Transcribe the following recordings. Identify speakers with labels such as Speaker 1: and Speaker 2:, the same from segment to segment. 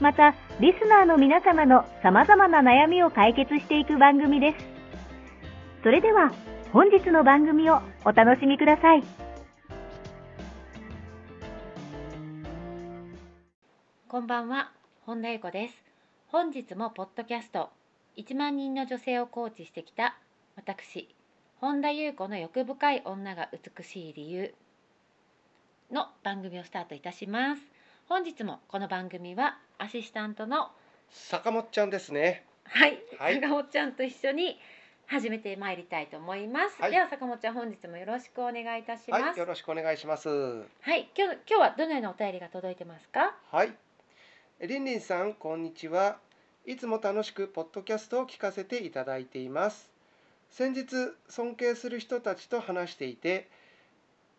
Speaker 1: また、リスナーの皆様の様々な悩みを解決していく番組です。それでは、本日の番組をお楽しみください。
Speaker 2: こんばんは、本田由子です。本日もポッドキャスト、1万人の女性をコーチしてきた私、本田由子の欲深い女が美しい理由の番組をスタートいたします。本日もこの番組はアシスタントの
Speaker 3: 坂本ちゃんですね。
Speaker 2: はい、
Speaker 3: はい
Speaker 2: 坂本ちゃんと一緒に始めてまいりたいと思います。
Speaker 3: はい
Speaker 2: では坂本ちゃん本日もよろしくお願いいたします。
Speaker 3: はい、よろしくお願いします。
Speaker 2: はい、今日今日はどのようなお便りが届いてますか？
Speaker 3: はい。りんりんさん、こんにちは。いつも楽しくポッドキャストを聞かせていただいています。先日、尊敬する人たちと話していて、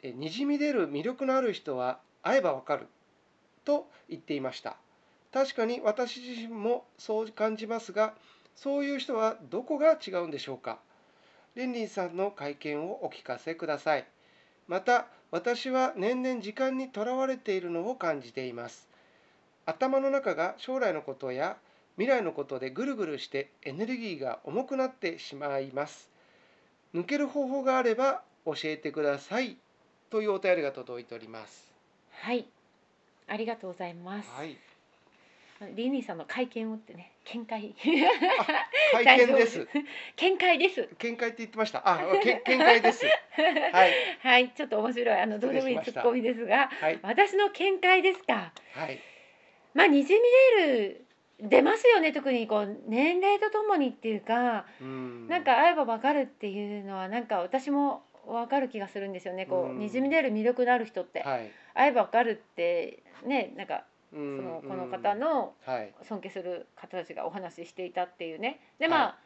Speaker 3: えにじみ出る魅力のある人は会えばわかると言っていました。確かに私自身もそう感じますが、そういう人はどこが違うんでしょうか。りんりんさんの会見をお聞かせください。また私は年々時間にとらわれているのを感じています頭の中が将来のことや未来のことでぐるぐるしてエネルギーが重くなってしまいます抜ける方法があれば教えてくださいというお便りが届いております
Speaker 2: はい、ありがとうございます。
Speaker 3: はい、
Speaker 2: リンリンさんの会見をってね、見解。
Speaker 3: 会見です。
Speaker 2: 見解です。
Speaker 3: 見解って言ってました あ、け見解ですはい、
Speaker 2: はい、ちょっと面白いあのどうでもいい
Speaker 3: 失礼しまし
Speaker 2: 突
Speaker 3: た
Speaker 2: っ込みですが、
Speaker 3: はい、
Speaker 2: 私の見解ですか。
Speaker 3: はい、
Speaker 2: まあにじみ出る出ますよね。特にこう年齢とともにっていうか、
Speaker 3: うん
Speaker 2: なんか会えばわかるっていうのはなんか私もわかる気がするんですよね。こ
Speaker 3: う
Speaker 2: うんにじみ出る魅力のある人って、
Speaker 3: はい、
Speaker 2: 会えばわかるってね、なんか
Speaker 3: そ
Speaker 2: そのこの方の
Speaker 3: はい、
Speaker 2: 尊敬する方たちがお話ししていたっていうねで
Speaker 3: はい
Speaker 2: まあ、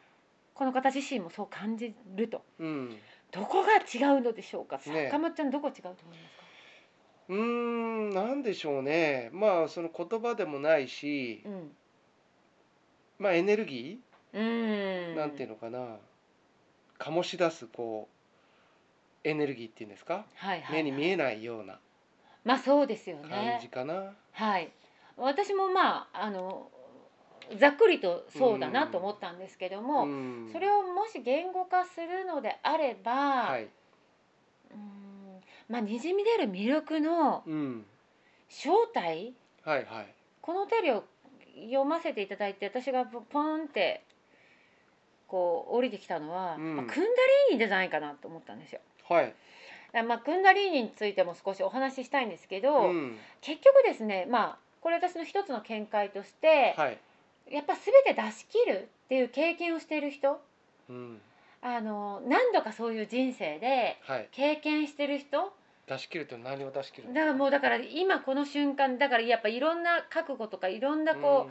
Speaker 2: この方自身もそう感じると
Speaker 3: うん
Speaker 2: どこが違うのでしょうか
Speaker 3: ね
Speaker 2: 坂本ちゃんどこ違うと思います
Speaker 3: うーん、なんでしょうね。まあその言葉でもないし
Speaker 2: か、うん
Speaker 3: まあエネルギ
Speaker 2: うー
Speaker 3: ー
Speaker 2: ん
Speaker 3: なんていうのかな、醸し出すこうエネルギーっていうんですか、
Speaker 2: はいは
Speaker 3: 目
Speaker 2: い、
Speaker 3: に見えないような
Speaker 2: まあそうですよ
Speaker 3: 感じ
Speaker 2: ね
Speaker 3: かな。
Speaker 2: はい私もまああのざっくりとそうだなと思ったんですけども、
Speaker 3: うん
Speaker 2: それをもし言語化するのであれば、
Speaker 3: はい、
Speaker 2: うーんまあにじみ出る魅力の
Speaker 3: うん、
Speaker 2: 正体
Speaker 3: はいはい。
Speaker 2: このお便りを読ませていただいて私がポンってこう降りてきたのは、
Speaker 3: うん
Speaker 2: まあ、クンダリーニでじゃないかなと思ったんですよ。
Speaker 3: はい。
Speaker 2: あまあ、クンダリーニについても少しお話ししたいんですけど、
Speaker 3: うん、
Speaker 2: 結局ですねまあこれ私の一つの見解として、
Speaker 3: はい。
Speaker 2: やっぱ全て出し切るっていう経験をしている人
Speaker 3: うん、
Speaker 2: あの何度かそういう人生で
Speaker 3: はい。
Speaker 2: 経験してる人
Speaker 3: 出し切ると何を出し切る
Speaker 2: だからもうだから今この瞬間だからやっぱいろんな覚悟とかいろんなこ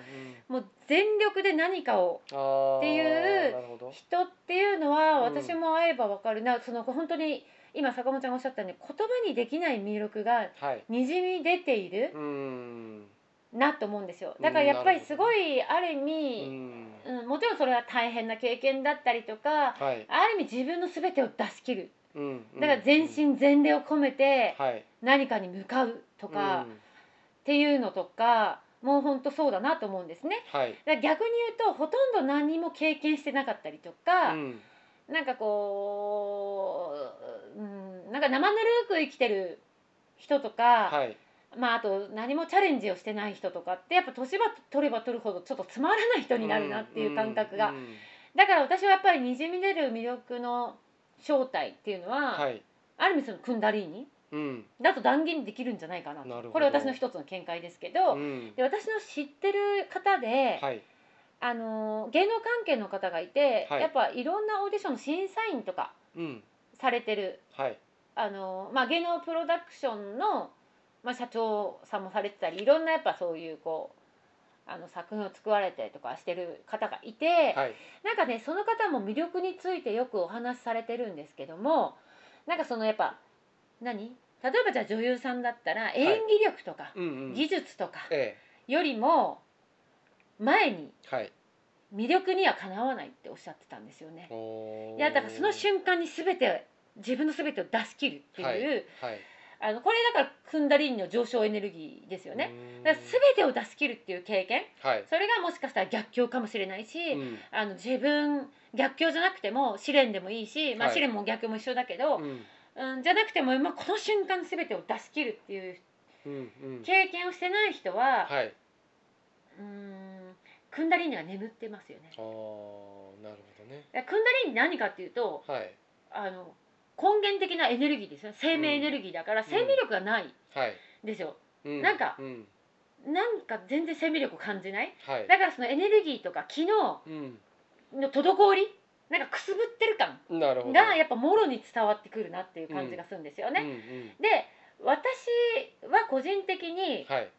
Speaker 2: う、もう全力で何かを
Speaker 3: うんうん、
Speaker 2: っていう
Speaker 3: あーなるほど。
Speaker 2: 人っていうのは
Speaker 3: うん
Speaker 2: 私も会えばわかるな、その本当に今坂本ちゃんがおっしゃったように言葉にできない魅力が
Speaker 3: はい。
Speaker 2: にじみ出ている
Speaker 3: うん、
Speaker 2: なと思うんですよだからやっぱり
Speaker 3: うん
Speaker 2: すごいある意
Speaker 3: う
Speaker 2: 味、
Speaker 3: ん、
Speaker 2: うんもちろんそれは大変な経験だったりとか
Speaker 3: はい。
Speaker 2: ある意味自分の全てを出し切る
Speaker 3: うん、
Speaker 2: だから全
Speaker 3: うん
Speaker 2: 身全霊を込めて
Speaker 3: はい。
Speaker 2: 何かに向かうとか、っ
Speaker 3: うん
Speaker 2: ていうのとかもう本当そうだなと思うんですね。
Speaker 3: はい。
Speaker 2: だから逆に言うとほとんど何も経験してなかったりとか、
Speaker 3: うん
Speaker 2: なんかこう、うん、なんか生ぬるく生きてる人とか、
Speaker 3: はい。
Speaker 2: まあ、あと何もチャレンジをしてない人とかってやっぱ年ば取れば取るほどちょっとつまらない人になるなっていう感覚が、
Speaker 3: うんうん
Speaker 2: だから私はやっぱりにじみ出る魅力の正体っていうのは、
Speaker 3: はい、
Speaker 2: ある意味そのクンダリーニ
Speaker 3: うん
Speaker 2: だと断言できるんじゃないかなと
Speaker 3: なるほど
Speaker 2: これ私の一つの見解ですけど、
Speaker 3: うん
Speaker 2: で私の知ってる方で、
Speaker 3: はい
Speaker 2: あの芸能関係の方がいて、
Speaker 3: はい
Speaker 2: やっぱいろんなオーディションの審査員とか
Speaker 3: うん
Speaker 2: されてる
Speaker 3: はい
Speaker 2: あの、まあ、芸能プロダクションの、まあ、社長さんもされてたりいろんなやっぱそういうこうあの作品を作られてとかしてる方がいて、
Speaker 3: はい
Speaker 2: なんかねその方も魅力についてよくお話しされてるんですけどもなんかそのやっぱ何例えばじゃあ女優さんだったら演技力とか
Speaker 3: うんうん
Speaker 2: 技術とか
Speaker 3: え
Speaker 2: よりも前に
Speaker 3: えはい
Speaker 2: 魅力にはかなわないっておっしゃってたんですよね。
Speaker 3: おー
Speaker 2: いやだからその瞬間に全て自分の全てを出し切るっていう、
Speaker 3: はい
Speaker 2: あのこれだからクンダリーニの上昇エネルギーですよね。
Speaker 3: ね
Speaker 2: だから全てを出し切るっていう経験
Speaker 3: はい
Speaker 2: それがもしかしたら逆境かもしれないし、
Speaker 3: うん
Speaker 2: あの自分逆境じゃなくても試練でもいいし、まあ、
Speaker 3: はい
Speaker 2: 試練も逆境も一緒だけど、
Speaker 3: うん
Speaker 2: うん、じゃなくても、まあ、この瞬間全てを出し切るっていう
Speaker 3: うんうん
Speaker 2: 経験をしてない人は、
Speaker 3: はい
Speaker 2: うんクンダリーニは眠ってますよね。
Speaker 3: あーなるほどね
Speaker 2: だからクンダリーニ何かっていうと
Speaker 3: はい
Speaker 2: あの根源的なエネルギーですよね生命エネルギーだから、生命力がないん
Speaker 3: はい
Speaker 2: ですよ。
Speaker 3: う
Speaker 2: なんか
Speaker 3: うん
Speaker 2: なんか全然生命力を感じない
Speaker 3: はい
Speaker 2: だからそのエネルギーとか機能
Speaker 3: うん
Speaker 2: の滞りなんかくすぶってる感
Speaker 3: なるほど
Speaker 2: がやっぱもろに伝わってくるなっていう感じがするんですよね。
Speaker 3: ね
Speaker 2: で私は個人的に
Speaker 3: はい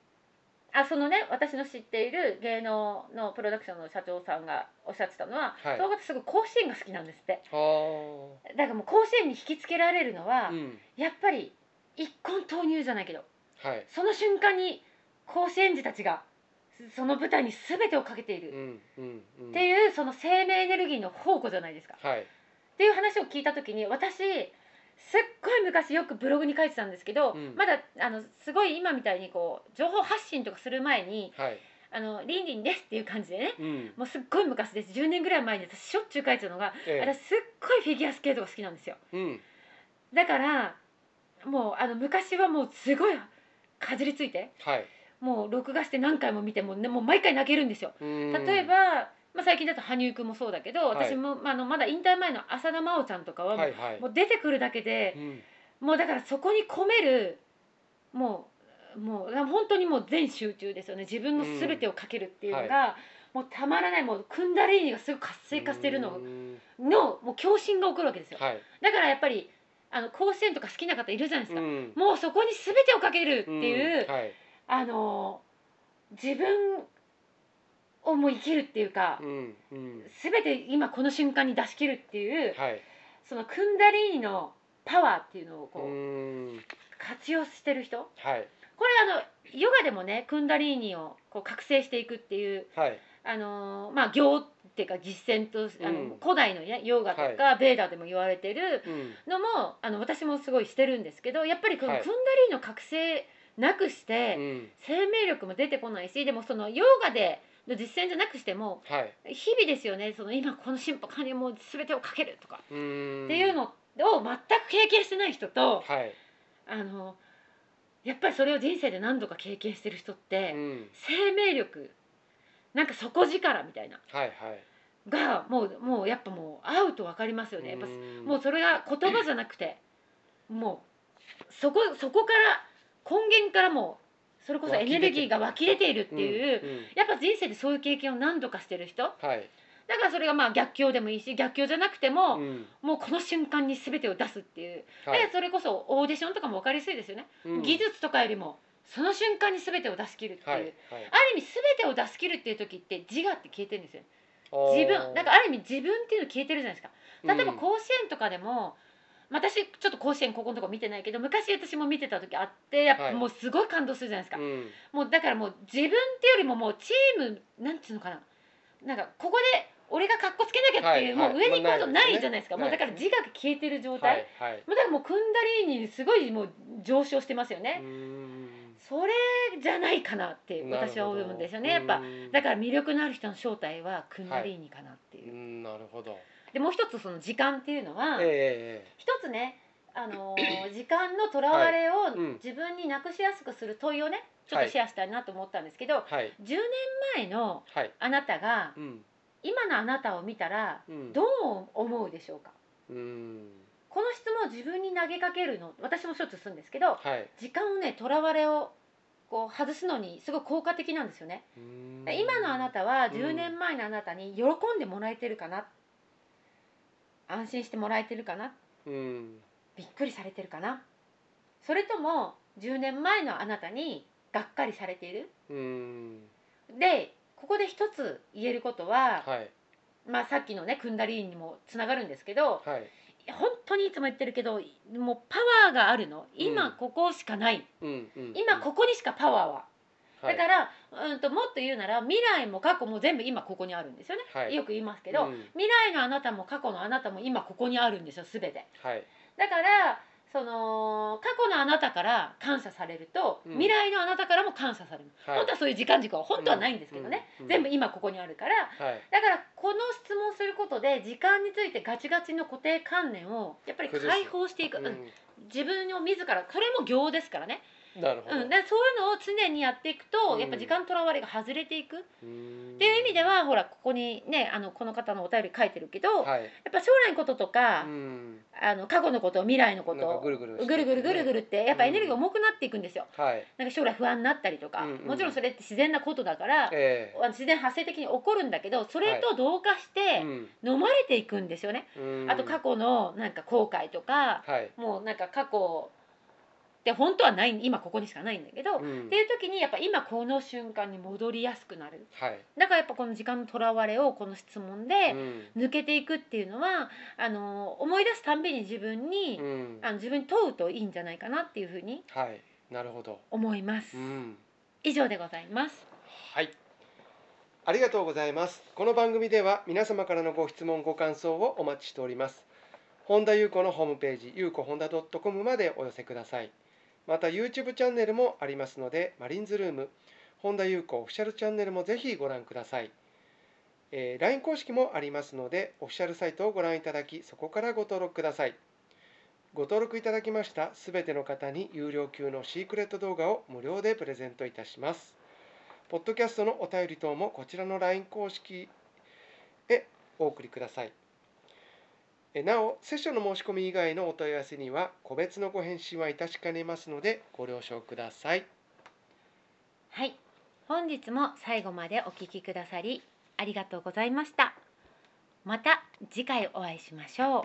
Speaker 2: あそのね私の知っている芸能のプロダクションの社長さんがおっしゃってたのは、
Speaker 3: はい
Speaker 2: その方すごい甲子園が好きなんですって
Speaker 3: あー
Speaker 2: だからもう甲子園に引きつけられるのは、
Speaker 3: うん
Speaker 2: やっぱり一根投入じゃないけど
Speaker 3: はい
Speaker 2: その瞬間に甲子園児たちがその舞台に全てをかけている
Speaker 3: う、んうんうん
Speaker 2: っていうその生命エネルギーの宝庫じゃないですか。
Speaker 3: はい
Speaker 2: っていう話を聞いた時に私すっごい昔よくブログに書いてたんですけど、
Speaker 3: うん
Speaker 2: まだあのすごい今みたいにこう情報発信とかする前に
Speaker 3: はい
Speaker 2: 「あのリンリンです」っていう感じでね
Speaker 3: うん
Speaker 2: もうすっごい昔です10年ぐらい前に私しょっちゅう書いてたのが、
Speaker 3: ええ
Speaker 2: 私すっごいフィギュアスケートが好きなんですよ
Speaker 3: うん
Speaker 2: だからもうあの昔はもうすごいかじりついて
Speaker 3: はい
Speaker 2: もう録画して何回も見てもう,、ね、もう毎回泣けるんですよ例
Speaker 3: 例
Speaker 2: えば、まあ、最近だと羽生くんもそうだけど
Speaker 3: はい
Speaker 2: 私も、まあ、あのまだ引退前の浅田真央ちゃんとかはもう,、
Speaker 3: はいはい
Speaker 2: もう出てくるだけで
Speaker 3: うん
Speaker 2: もうだからそこに込めるもうもう本当にもう全集中ですよね自分の全てをかけるっていうのが、
Speaker 3: う
Speaker 2: も
Speaker 3: ん
Speaker 2: うたまらないもうクンダリーニがすごい活性化してるの
Speaker 3: うん
Speaker 2: のもう共振が起こるわけですよ
Speaker 3: はい
Speaker 2: だからやっぱりあの甲子園とか好きな方いるじゃないですか、
Speaker 3: ん
Speaker 2: もうそこに全てをかけるっていう、
Speaker 3: んはい
Speaker 2: あの自分をもう生きるっていうか、
Speaker 3: うんうん
Speaker 2: 全て今この瞬間に出し切るっていう、
Speaker 3: はい
Speaker 2: そのクンダリーニのパワーっていうのをこう、
Speaker 3: うん
Speaker 2: 活用してる人こ
Speaker 3: はい
Speaker 2: れあのヨガでもねクンダリーニをこう覚醒していくっていう
Speaker 3: はい
Speaker 2: あのーまあ行っていうか実践とあの、
Speaker 3: うん
Speaker 2: 古代の、ね、ヨガとか、ベーダでも言われてる
Speaker 3: うん
Speaker 2: のもあの私もすごいしてるんですけどやっぱりこの
Speaker 3: は
Speaker 2: クンダ
Speaker 3: い
Speaker 2: リーニの覚醒なくして、
Speaker 3: うん
Speaker 2: 生命力も出てこないしでもそのヨガでの実践じゃなくしても
Speaker 3: はい
Speaker 2: 日々ですよねその今この進歩感にもう全てをかけるとか
Speaker 3: うん
Speaker 2: っていうのを全く経験してない人と、
Speaker 3: はい
Speaker 2: あのやっぱりそれを人生で何度か経験してる人って、
Speaker 3: うん
Speaker 2: 生命力なんか底力みたいな
Speaker 3: はいはい
Speaker 2: がもうもうやっぱもう合うと分かりますよねやっぱもうそれが言葉じゃなくて、もうそこそこから根源からもうそれこそエネルギーが湧き出ているっていう、
Speaker 3: うんうん
Speaker 2: やっぱ人生でそういう経験を何度かしてる人だ
Speaker 3: はい
Speaker 2: からそれがまあ逆境でもいいし逆境じゃなくても、
Speaker 3: うん
Speaker 2: もうこの瞬間に全てを出すっていう、
Speaker 3: はい
Speaker 2: でそれこそオーディションとかも分かりやすいですよね、
Speaker 3: うん
Speaker 2: 技術とかよりもその瞬間に全てを出し切るっていう、
Speaker 3: はいはい
Speaker 2: ある意味全てを出し切るっていう時って自我って消えてるんですよ
Speaker 3: おー
Speaker 2: 自分だからある意味自分っていうの消えてるじゃないですか例えば甲子園とかでも、私ちょっと甲子園ここのとこ見てないけど昔私も見てた時あってやっぱ
Speaker 3: はい
Speaker 2: もうすごい感動するじゃないですか、
Speaker 3: うんうん
Speaker 2: もうだからもう自分っていうよりももうチームなんていうのかななんかここで俺が格好つけなきゃっていう、
Speaker 3: はいはい
Speaker 2: もう上に行くこと
Speaker 3: まあ
Speaker 2: な
Speaker 3: ないですね
Speaker 2: いじゃないですか、もうだから自我が消えてる状
Speaker 3: は
Speaker 2: 態、
Speaker 3: いはい
Speaker 2: もうだからもうクンダリーニすごいもう上昇してますよね、
Speaker 3: うん
Speaker 2: それじゃないかなって
Speaker 3: なるほ
Speaker 2: 私
Speaker 3: ど
Speaker 2: は思うんですよねやっぱ
Speaker 3: うん
Speaker 2: だから魅力のある人の正体はクンダリーニかなっていう
Speaker 3: う、んなるほど
Speaker 2: でもう一つその時間っていうのは、
Speaker 3: ええ
Speaker 2: 一つねあの ー時間のとらわれを
Speaker 3: うん
Speaker 2: 自分になくしやすくする問いをねちょっ
Speaker 3: は
Speaker 2: と
Speaker 3: い
Speaker 2: シェアしたいなと思ったんですけど、
Speaker 3: はい
Speaker 2: 10年前の
Speaker 3: はい
Speaker 2: あなたが
Speaker 3: うん
Speaker 2: 今のあなたを見たら
Speaker 3: うん
Speaker 2: どう思うでしょうか
Speaker 3: うん
Speaker 2: この質問を自分に投げかけるの私もしょっちゅうするんですけど
Speaker 3: はい
Speaker 2: 時間をねとらわれをこう外すのにすごい効果的なんですよね
Speaker 3: うん
Speaker 2: 今のあなたは
Speaker 3: うん
Speaker 2: 10年前のあなたに喜んでもらえてるかな安心してもらえてるかな
Speaker 3: うん
Speaker 2: びっくりされてるかなそれとも10年前のあなたにがっかりされている
Speaker 3: うん
Speaker 2: でここで一つ言えることは、
Speaker 3: はい
Speaker 2: まあ、さっきのねクンダリーニにもつながるんですけど
Speaker 3: はい
Speaker 2: 本当にいつも言ってるけどもうパワーがあるの今
Speaker 3: うん
Speaker 2: ここしかない、
Speaker 3: うんうん
Speaker 2: 今ここにしかパワーは、
Speaker 3: うんは
Speaker 2: だ
Speaker 3: い
Speaker 2: から、うん、ともっと言うなら未来も過去も全部今ここにあるんですよね、
Speaker 3: はい
Speaker 2: よく言いますけど、
Speaker 3: うん
Speaker 2: 未来のあなたも過去のあなたも今ここにあるんですよ全て
Speaker 3: はい
Speaker 2: だからその過去のあなたから感謝されると、
Speaker 3: うん
Speaker 2: 未来のあなたからも感謝される、
Speaker 3: はい
Speaker 2: 本当はそういう時間軸は本当はないんですけどね、
Speaker 3: うんうん
Speaker 2: 全部今ここにあるから
Speaker 3: はい
Speaker 2: だからこの質問することで時間についてガチガチの固定観念をやっぱり
Speaker 3: 崩す
Speaker 2: 解放していく、うん
Speaker 3: う
Speaker 2: 自分を自らそれも行ですからね、
Speaker 3: んなるほど
Speaker 2: うん、でそういうのを常にやっていくと、
Speaker 3: うん
Speaker 2: やっぱ時間とらわれが外れていくっ
Speaker 3: うん
Speaker 2: ていう意味ではほらここにねあのこの方のお便り書いてるけど、や
Speaker 3: はい
Speaker 2: っぱ将来のこととか、
Speaker 3: うん
Speaker 2: あの過去のこと未来のこ
Speaker 3: なんか
Speaker 2: と
Speaker 3: ぐるぐるして
Speaker 2: ぐるぐるぐるぐるってやっぱエネルギーが
Speaker 3: うん
Speaker 2: 重くなっていくんですよ。
Speaker 3: はい
Speaker 2: なんか将来不安になったりとか、
Speaker 3: うんうん
Speaker 2: もちろんそれって自然なことだから、
Speaker 3: え
Speaker 2: あの自然発生的に起こるんだけどそれと同化し
Speaker 3: え
Speaker 2: て
Speaker 3: うん
Speaker 2: 飲まれていくんですよね。
Speaker 3: うん
Speaker 2: あと過去のなんか後悔とか、
Speaker 3: はい
Speaker 2: もうなんか過去って本当はない今ここにしかないんだけど、っ
Speaker 3: うん
Speaker 2: ていう時にやっぱ今この瞬間に戻りやすくなる。
Speaker 3: はい
Speaker 2: だからやっぱこの時間のとらわれをこの質問で
Speaker 3: うん
Speaker 2: 抜けていくっていうのは、あの思い出すたんびに自分に、
Speaker 3: うん
Speaker 2: あの自分に問うといいんじゃないかなっていうふうに
Speaker 3: はいなるほど
Speaker 2: 思います、
Speaker 3: うん
Speaker 2: 以上でございます
Speaker 3: はい。ありがとうございます。この番組では皆様からのご質問ご感想をお待ちしております。本田裕子のホームページ、ゆうこ本田 .com までお寄せください。また YouTube チャンネルもありますので、マリンズルーム、本田裕子オフィシャルチャンネルもぜひご覧ください。えー LINE 公式もありますので、オフィシャルサイトをご覧いただき、そこからご登録ください。ご登録いただきましたすべての方に有料級のシークレット動画を無料でプレゼントいたします。ポッドキャストのお便り等もこちらの LINE 公式へお送りください。えなお、セッションの申し込み以外のお問い合わせには、個別のご返信はいたしかねますので、ご了承ください。
Speaker 2: はい本日も最後までお聞きくださりありがとうございましたまた次回お会いしましょう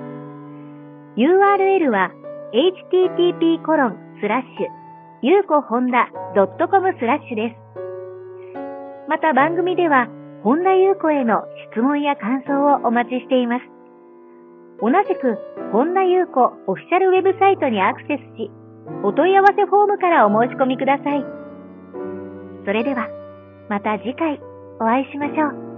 Speaker 1: URL は http コロンスラッシュゆうこほんだ .com スラッシュです。また番組では、本田ゆう子への質問や感想をお待ちしています。同じく、本田ゆう子オフィシャルウェブサイトにアクセスし、お問い合わせフォームからお申し込みください。それでは、また次回お会いしましょう。